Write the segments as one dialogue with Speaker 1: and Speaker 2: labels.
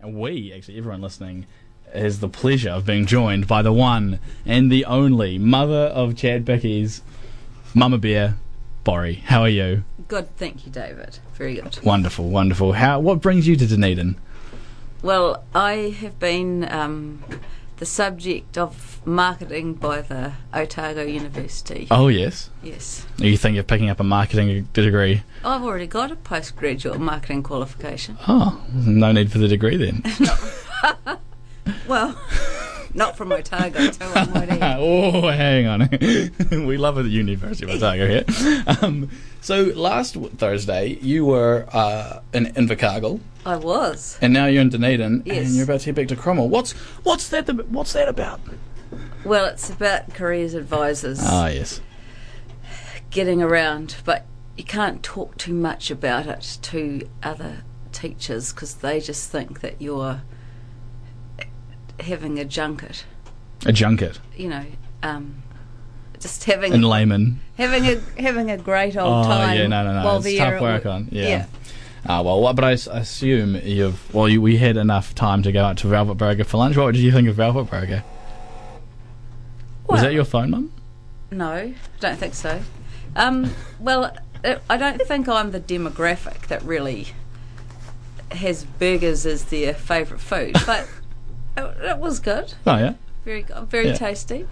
Speaker 1: and we, actually, everyone listening, has the pleasure of being joined by the one and the only mother of Chad Bickey's Mama Bear, Bori. How are you?
Speaker 2: Good, thank you, David. Very good.
Speaker 1: Wonderful, wonderful. How? What brings you to Dunedin?
Speaker 2: Well, I have been um, the subject of marketing by the Otago University.
Speaker 1: Oh, yes.
Speaker 2: Yes,
Speaker 1: Are you thinking of picking up a marketing degree?
Speaker 2: I've already got a postgraduate marketing qualification.
Speaker 1: Oh, no need for the degree then.
Speaker 2: Well, not from Otago, too, I might add.
Speaker 1: oh, hang on. we love it at University of Otago here. Um, so last w- Thursday you were uh, in Invercargill,
Speaker 2: I was.
Speaker 1: and now you're in Dunedin,
Speaker 2: Yes.
Speaker 1: and you're about to head back to Cromwell. What's what's that? The, what's that about?
Speaker 2: Well, it's about careers advisors
Speaker 1: Ah, yes.
Speaker 2: getting around, but you can't talk too much about it to other teachers because they just think that you're having a junket.
Speaker 1: A junket
Speaker 2: you know, um, just having
Speaker 1: in layman.
Speaker 2: having a having a great old
Speaker 1: oh,
Speaker 2: time.
Speaker 1: yeah, no, no, no.
Speaker 2: While
Speaker 1: It's
Speaker 2: the
Speaker 1: tough
Speaker 2: air-
Speaker 1: work on. Yeah.
Speaker 2: yeah.
Speaker 1: Ah, well, what- but I s- assume you've. Well, you, we had enough time to go out to Velvet Burger for lunch. What did you think of Velvet Burger? Was
Speaker 2: Well-
Speaker 1: that your phone, Mum?
Speaker 2: No, don't think so. Um, well, uh, I don't think I'm the demographic that really has burgers as their favourite food, but it, it was good,
Speaker 1: Oh, yeah.
Speaker 2: very go- very
Speaker 1: Yeah.
Speaker 2: tasty.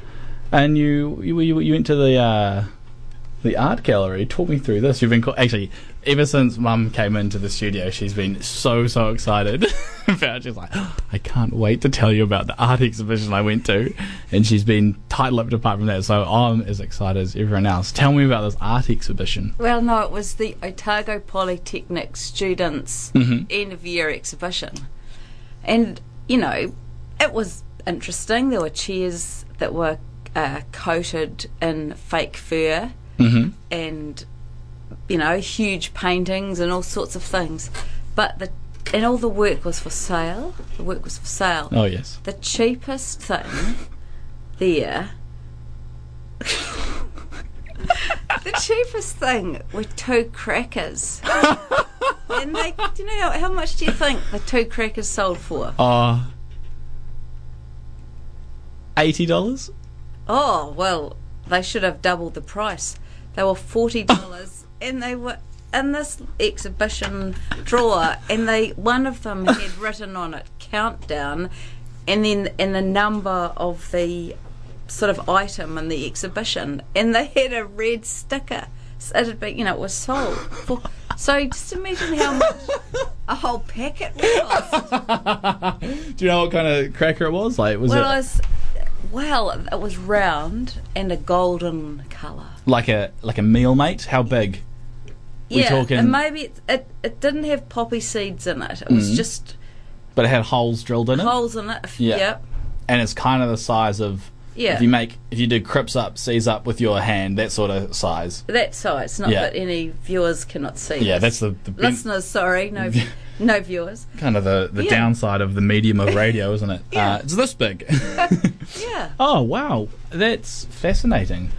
Speaker 1: And you you you, you went to the uh, the art gallery. Talk me through this. You've been call- actually ever since Mum came into the studio. She's been so so excited about. She's like, I can't wait to tell you about the art exhibition I went to, and she's been tight lipped apart from that. So I'm as excited as everyone else. Tell me about this art exhibition.
Speaker 2: Well, no, it was the Otago Polytechnic students' end of year exhibition. And, you know, it was interesting. There were chairs that were uh, coated in fake fur and, you know, huge paintings and all sorts of things. But the and all the work was for sale. The work was for sale.
Speaker 1: Oh yes,
Speaker 2: The cheapest thing there. the cheapest thing were two crackers. and they, do you know how much do you think the two crackers sold for?
Speaker 1: uh, eighty dollars.
Speaker 2: Oh, well, they should have doubled the price. They were $40 and they were in this exhibition drawer and they one of them had written on it countdown and then and the number of the sort of item in the exhibition and they had a red sticker. So it had been, you know, it was sold. For, so just imagine how much a whole packet would cost.
Speaker 1: Do you know what kind of cracker it was? Like was
Speaker 2: Well,
Speaker 1: it
Speaker 2: I was, well, it was round and a golden colour.
Speaker 1: like a like a meal mate? How big? We
Speaker 2: yeah,
Speaker 1: talking-
Speaker 2: and maybe it, it it didn't have poppy seeds in it. It was
Speaker 1: Mm.
Speaker 2: just
Speaker 1: But it had holes drilled in it.
Speaker 2: holes in it. If-
Speaker 1: Yeah.
Speaker 2: Yep.
Speaker 1: and it's kind of the size of
Speaker 2: Yeah.
Speaker 1: if you make if you do crips up seas up with your hand that sort of size
Speaker 2: That size. Not
Speaker 1: Yeah.
Speaker 2: that any viewers cannot see.
Speaker 1: yeah that's
Speaker 2: this.
Speaker 1: the, the ben-
Speaker 2: listeners. Sorry, no, no viewers.
Speaker 1: kind of the, the
Speaker 2: Yeah.
Speaker 1: downside of the medium of radio isn't it
Speaker 2: Yeah.
Speaker 1: uh, it's this big
Speaker 2: Yeah.
Speaker 1: oh wow that's fascinating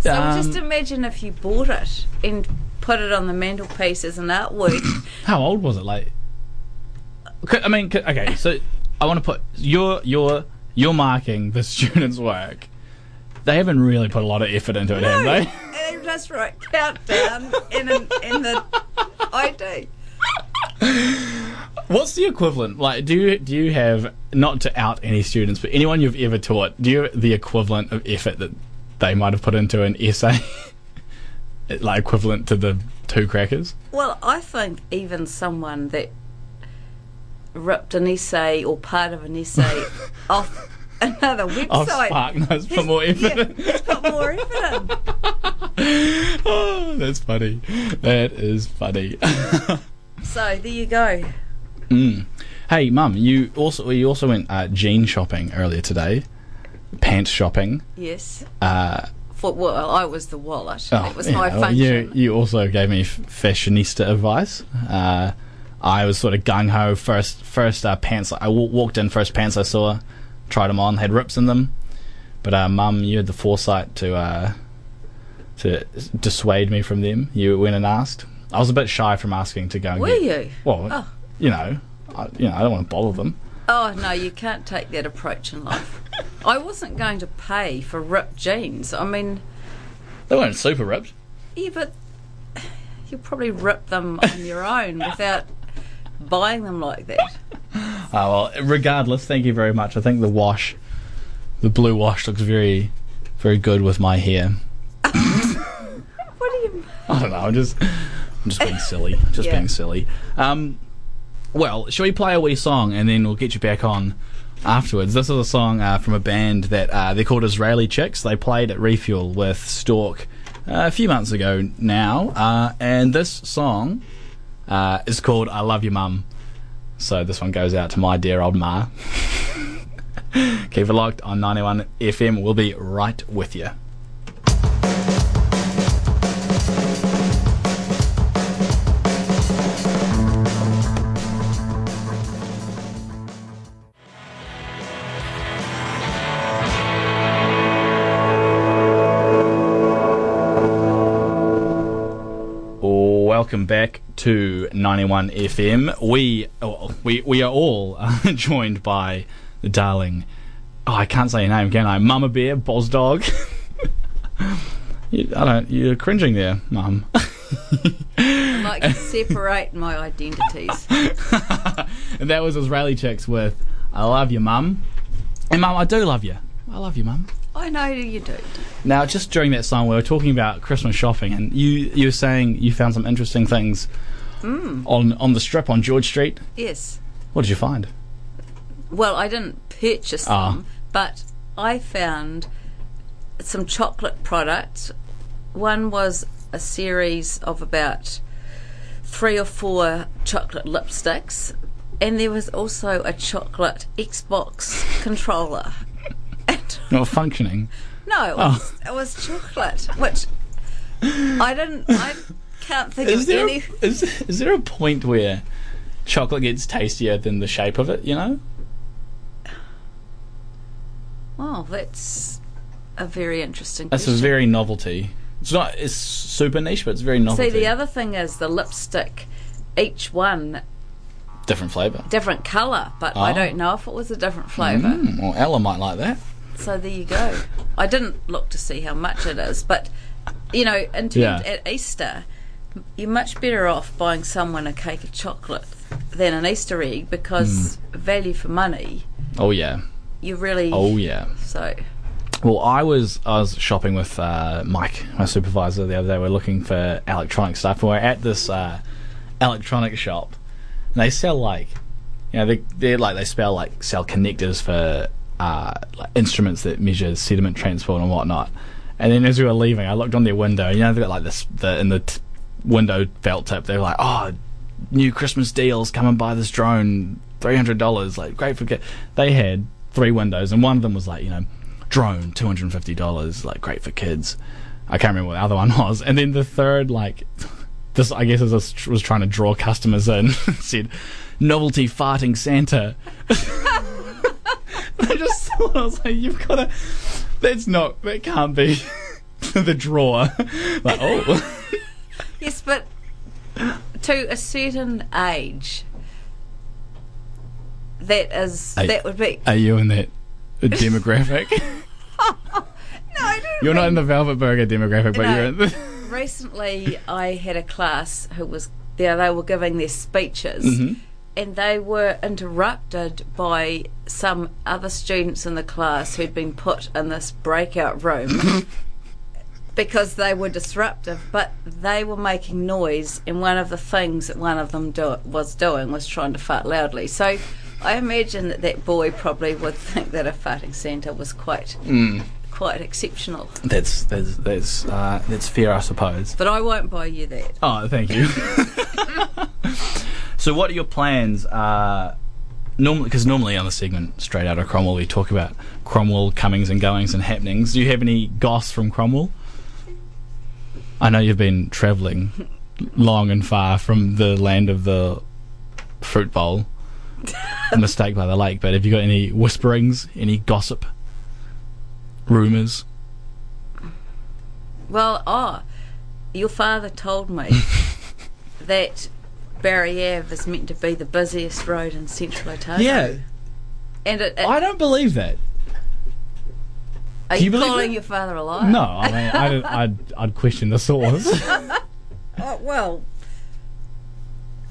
Speaker 2: So
Speaker 1: Um,
Speaker 2: just imagine if you bought it and put it on the mantelpiece as an artwork.
Speaker 1: how old was it like c- i mean c- okay so i want to put you're you're you're marking the students work they haven't really put a lot of effort into it have they
Speaker 2: and they just wrote countdown in an, in the ID.
Speaker 1: What's the equivalent? Like, do you do you have not to out any students, but anyone you've ever taught? Do you have the equivalent of effort that they might have put into an essay, It- like equivalent to the two crackers?
Speaker 2: Well, I think even someone that ripped an essay or part of an essay off another website.
Speaker 1: Oh, Spark knows for more effort.
Speaker 2: Yeah, he's put more effort in.
Speaker 1: oh, that's funny. That is funny.
Speaker 2: So there you go.
Speaker 1: hey, mum, you also you also went uh, jean shopping earlier today, pants shopping.
Speaker 2: Yes.
Speaker 1: Uh,
Speaker 2: For, well, I was the wallet.
Speaker 1: Oh,
Speaker 2: it was
Speaker 1: yeah,
Speaker 2: my
Speaker 1: well,
Speaker 2: function.
Speaker 1: You, you also gave me f- fashionista advice. Uh, I was sort of gung ho first. First uh, pants I w- walked in. First pants I saw, tried them on, had rips in them. But uh, mum, you had the foresight to uh, to s- dissuade me from them. You went and asked. I was a bit shy from asking to go. And
Speaker 2: Were
Speaker 1: get-
Speaker 2: you?
Speaker 1: Well,
Speaker 2: Oh.
Speaker 1: you know, I, you know, I don't want to bother them.
Speaker 2: Oh no, you can't take that approach in life. I wasn't going to pay for ripped jeans. I mean,
Speaker 1: They weren't super ripped.
Speaker 2: yeah, but you probably rip them on your own without buying them like that.
Speaker 1: Oh, well, regardless, thank you very much. I think the wash, the blue wash, looks very, very good with my hair.
Speaker 2: What do you?
Speaker 1: I don't know. I'm just, I'm just being silly. Just
Speaker 2: Yeah.
Speaker 1: being silly. Um, well, shall we play a wee song and then we'll get you back on afterwards? This is a song uh, from a band that uh, they're called Israeli Chicks. They played at Refuel with Stork uh, a few months ago now, uh, and this song uh, is called "I Love You, Mum." So this one goes out to my dear old ma. Keep it locked on 91 FM. We'll be right with you. Welcome back to 91 FM. We oh, we we are all uh, joined by the darling. Oh, I can't say your name, can I? Mama Bear, Boz Dog. you, I don't. You're cringing there, Mum.
Speaker 2: I Like to separate my identities.
Speaker 1: and that was Israeli chicks with "I love you, Mum," and Mum, I do love you. I love you, Mum.
Speaker 2: I know you do.
Speaker 1: Now, just during that song, we were talking about Christmas shopping, and you you were saying you found some interesting things on on the strip on George Street.
Speaker 2: Yes.
Speaker 1: What did you find?
Speaker 2: Well, I didn't purchase
Speaker 1: Ah.
Speaker 2: them, but I found some chocolate products. One was a series of about three or four chocolate lipsticks, and there was also a chocolate Xbox controller. And-
Speaker 1: Not functioning.
Speaker 2: no, it
Speaker 1: Ah.
Speaker 2: was, it was chocolate, which I didn't. I can't think
Speaker 1: is
Speaker 2: of
Speaker 1: there
Speaker 2: any.
Speaker 1: a, is, is there a point where chocolate gets tastier than the shape of it? You know,
Speaker 2: Wow, that's a very interesting.
Speaker 1: that's a
Speaker 2: question.
Speaker 1: very novelty. It's not it's super niche, but it's very novelty.
Speaker 2: See, the other thing is the lipstick. Each one
Speaker 1: different flavour.
Speaker 2: different colour, but I
Speaker 1: Oh.
Speaker 2: don't know if it was a different flavour.
Speaker 1: Mm, well, Ella might like that.
Speaker 2: So there you go. I didn't look to see how much it is, but you know, in terms
Speaker 1: Yeah.
Speaker 2: at Easter, you're much better off buying someone a cake of chocolate than an Easter egg because value for money.
Speaker 1: Oh yeah,
Speaker 2: You really
Speaker 1: Mm. oh yeah.
Speaker 2: so
Speaker 1: Well, I was I was shopping with uh, Mike, my supervisor, the other day. We are looking for electronic stuff. We are at this uh, electronic shop, and they sell like, you know, they they like they spell like sell connectors for uh, like instruments that measure sediment transport and whatnot. And then as we were leaving, I looked on their window. You know, they've got like this the in the t- window belt tip. They're like, oh, new Christmas deals. Come and buy this drone, three hundred dollars. Like great for. Ki-. They had three windows, and one of them was like, you know, drone, two hundred and fifty dollars. Like great for kids. I can't remember what the other one was. And then the third, like, this I guess is this was trying to draw customers in. said, novelty farting Santa. I just thought I was like, you've got to. That's not. That can't be. the drawer. like oh.
Speaker 2: yes, but to a certain age, that is
Speaker 1: Eight.
Speaker 2: that would be.
Speaker 1: Are you in that demographic?
Speaker 2: No, I don't
Speaker 1: you're not in the Velvet Burger demographic, but
Speaker 2: No.
Speaker 1: you're in the.
Speaker 2: recently I had a class who was there. They were giving their speeches, and they were interrupted by some other students in the class who'd been put in this breakout room because they were disruptive. But they were making noise, and one of the things that one of them do- was doing was trying to fart loudly. So. I imagine that that boy probably would think that a farting centre was quite, quite exceptional.
Speaker 1: That's that's that's uh, that's fair, I suppose.
Speaker 2: But I won't buy you that.
Speaker 1: Oh, thank you. so, what are your plans? Uh, normally, because normally on the segment straight out of Cromwell, we talk about Cromwell comings and goings and happenings. Do you have any goss from Cromwell? I know you've been travelling long and far from the land of the fruit bowl, mistake by the lake. But have you got any whisperings, any gossip, rumours?
Speaker 2: oh, Well, ah, your father told me that Barriere Ave is meant to be the busiest road in central Otago.
Speaker 1: Yeah,
Speaker 2: And it, it-
Speaker 1: I don't believe that.
Speaker 2: are
Speaker 1: you
Speaker 2: you,
Speaker 1: believe
Speaker 2: calling
Speaker 1: it?
Speaker 2: your father a liar?
Speaker 1: No, I mean, I don't, I'd, I'd question the source.
Speaker 2: Oh, well,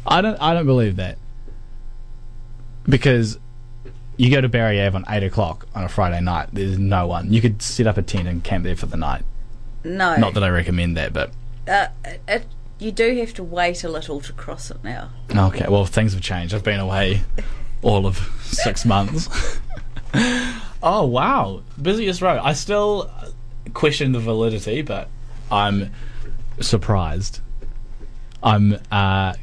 Speaker 1: I don't, I don't believe that because you go to Barry Ave on eight o'clock on a Friday night. There's no one. You could set up a tent and camp there for the night.
Speaker 2: no.
Speaker 1: Not that I recommend that, but
Speaker 2: uh, it, it, you do have to wait a little to cross it now.
Speaker 1: okay. Well, things have changed. I've been away all of six months. oh wow, busiest road. I still question the validity, but I'm surprised. I'm uh,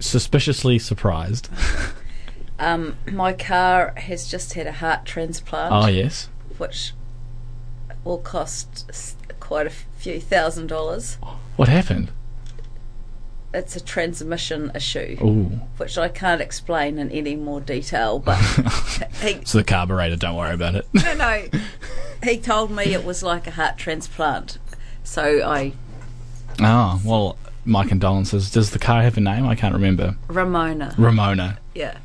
Speaker 1: suspiciously surprised.
Speaker 2: Um, my car has just had a heart transplant,
Speaker 1: Oh yes.
Speaker 2: which will cost s- quite a few thousand dollars.
Speaker 1: What happened?
Speaker 2: It's a transmission issue,
Speaker 1: Ooh.
Speaker 2: which I can't explain in any more detail, but he,
Speaker 1: It's the carburetor, don't worry about it.
Speaker 2: no, no, he told me it was like a heart transplant. So I,
Speaker 1: oh, well, my condolences. Does the car have a name? I can't remember.
Speaker 2: Ramona,
Speaker 1: Ramona.
Speaker 2: yeah.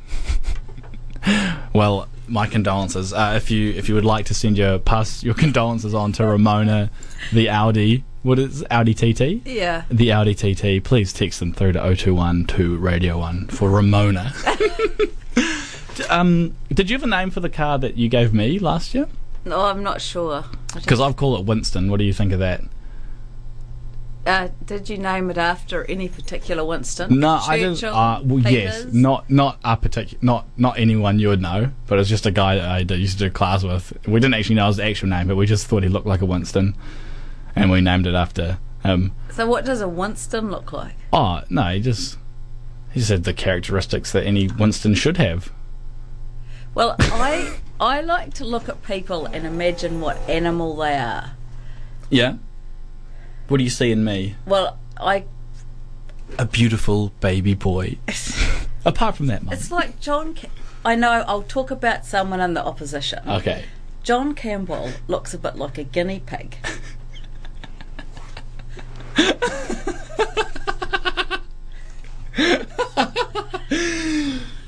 Speaker 1: Well, my condolences. Uh, if you if you would like to send your pass your condolences on to Ramona, the Audi. What is Audi TT?
Speaker 2: Yeah.
Speaker 1: The Audi TT. Please text them through to 0212 Radio One for Ramona. D- um, did you have a name for the car that you gave me last year?
Speaker 2: No, I'm not sure. I don't-
Speaker 1: Because I've called it Winston. What do you think of that?
Speaker 2: uh, did you name it after any particular Winston?
Speaker 1: No, I didn't.
Speaker 2: Churchill,
Speaker 1: Uh, well, yes,
Speaker 2: Peters?
Speaker 1: not not a particular, not not anyone you would know, but it's just a guy that I d- used to do class with. We didn't actually know his actual name, but we just thought he looked like a Winston, and we named it after him.
Speaker 2: So what does a Winston look like?
Speaker 1: Oh no, he just he just had the characteristics that any Winston should have.
Speaker 2: Well, I I like to look at people and imagine what animal they are.
Speaker 1: Yeah. What do you see in me?
Speaker 2: Well, I
Speaker 1: A beautiful baby boy. Apart from that, Mum.
Speaker 2: it's like John. Ca- I know I'll talk about someone in the opposition.
Speaker 1: Okay.
Speaker 2: John Campbell looks a bit like a guinea pig.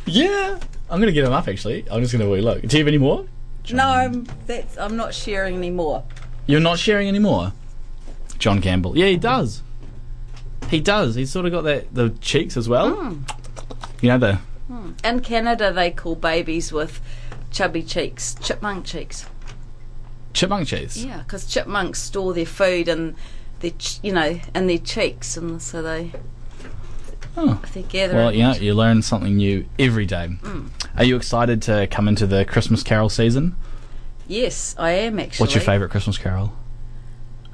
Speaker 1: Yeah, I'm gonna get him up. Actually, I'm just gonna wee look. Do you have any more?
Speaker 2: No, I'm, that's I'm not sharing anymore.
Speaker 1: You're not sharing anymore. John Campbell. Yeah, he does. He does. He's sort of got that the cheeks as well.
Speaker 2: Hmm.
Speaker 1: You know the
Speaker 2: In Canada, they call babies with chubby cheeks chipmunk cheeks.
Speaker 1: chipmunk cheeks.
Speaker 2: Yeah, because chipmunks store their food and their ch- you know in their cheeks, and so they
Speaker 1: Oh.
Speaker 2: they gather.
Speaker 1: Well,
Speaker 2: it.
Speaker 1: you know, you learn something new every day.
Speaker 2: Hmm.
Speaker 1: Are you excited to come into the Christmas Carol season?
Speaker 2: Yes, I am actually.
Speaker 1: What's your favourite Christmas Carol?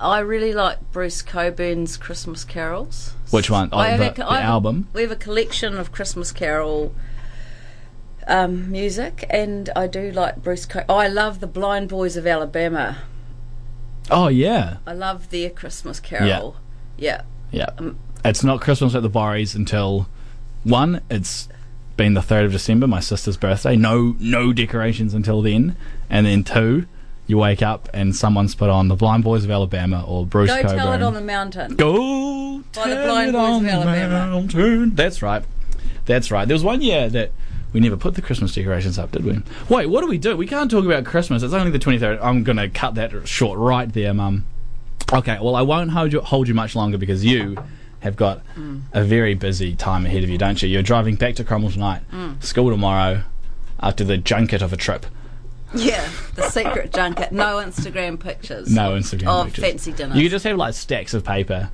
Speaker 2: I really like Bruce Coburn's Christmas carols.
Speaker 1: Which one? Oh,
Speaker 2: I have
Speaker 1: the,
Speaker 2: a co-
Speaker 1: the
Speaker 2: I have a-
Speaker 1: album.
Speaker 2: We have a collection of Christmas carol um, music, and I do like Bruce. Co- oh, I love the Blind Boys of Alabama.
Speaker 1: Oh yeah,
Speaker 2: I love their Christmas carol. Yeah.
Speaker 1: yeah.
Speaker 2: Um,
Speaker 1: it's not Christmas at the Borries until one. It's been the third of December, my sister's birthday. No, no decorations until then. And then two, you wake up and someone's put on the Blind Boys of Alabama or Bruce
Speaker 2: Go
Speaker 1: Coburn.
Speaker 2: tell it on the mountain.
Speaker 1: Go
Speaker 2: By the
Speaker 1: tell
Speaker 2: Blind
Speaker 1: it
Speaker 2: Boys
Speaker 1: on
Speaker 2: of
Speaker 1: the
Speaker 2: Alabama.
Speaker 1: mountain. That's right. That's right. There was one year that we never put the Christmas decorations up, did we? Wait, what do we do? We can't talk about Christmas. It's only the 23rd. I'm going to cut that short right there, Mum. Okay, well, I won't hold you, hold you much longer because you have got
Speaker 2: Mm.
Speaker 1: a very busy time ahead of you, don't you? You're driving back to Cromwell tonight,
Speaker 2: Mm.
Speaker 1: school tomorrow, after the junket of a trip.
Speaker 2: Yeah, the secret junket. No Instagram pictures.
Speaker 1: No Instagram
Speaker 2: Of
Speaker 1: pictures.
Speaker 2: oh, fancy dinners.
Speaker 1: You could just have like stacks of paper,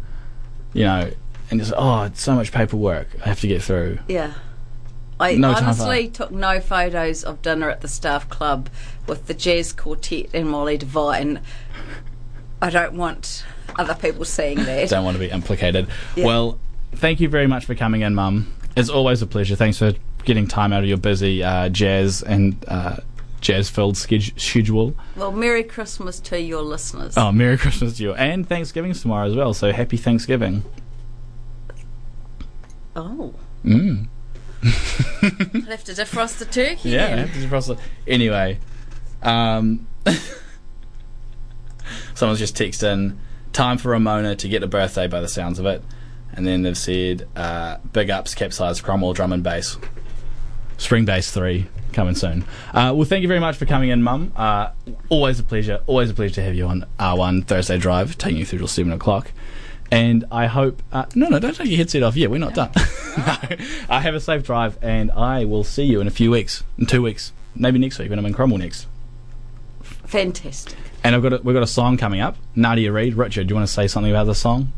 Speaker 1: you know, and just oh, it's so much paperwork I have to get through.
Speaker 2: Yeah. I
Speaker 1: No time for
Speaker 2: honestly took no photos of dinner at the staff club with the jazz quartet and Molly Devine. I don't want other people seeing that.
Speaker 1: Don't want to be implicated. Well, thank you very much for coming in, Mum. It's always a pleasure. Thanks for getting time out of your busy uh, jazz and uh, jazz-filled sched- schedule.
Speaker 2: Well, Merry Christmas to your listeners.
Speaker 1: Oh, Merry Christmas to you, and Thanksgiving's tomorrow as well. So happy Thanksgiving.
Speaker 2: Oh. Mm. Left to defrost the turkey.
Speaker 1: Yeah,
Speaker 2: then.
Speaker 1: happy to cross the- Anyway, um, someone's just texted in time for Ramona to get a birthday by the sounds of it. And then they've said uh, big ups, capsized Cromwell drum and bass. Spring Bass 3 coming soon. Uh, well, thank you very much for coming in, Mum. Uh, always a pleasure. Always a pleasure to have you on R1 Thursday Drive, taking you through till 7 o'clock. And I hope. Uh, no, no, don't take your headset off. Yeah, we're not done. no. I have a safe drive, and I will see you in a few weeks, in two weeks, maybe next week when I'm in Cromwell next.
Speaker 2: Fantastic.
Speaker 1: And I've got a, we've got a song coming up. Nadia Reid, Richard, do you want to say something about the song?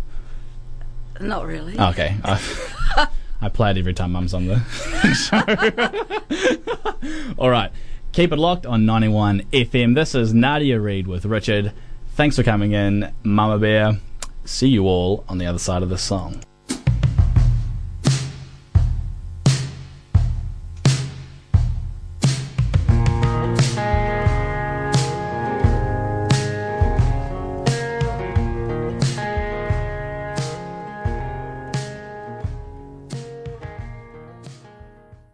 Speaker 2: Not really.
Speaker 1: Okay. I, I play it every time Mum's on the show. All right. Keep it locked on 91 FM. This is Nadia Reid with Richard. Thanks for coming in, Mama Bear. See you all on the other side of this song.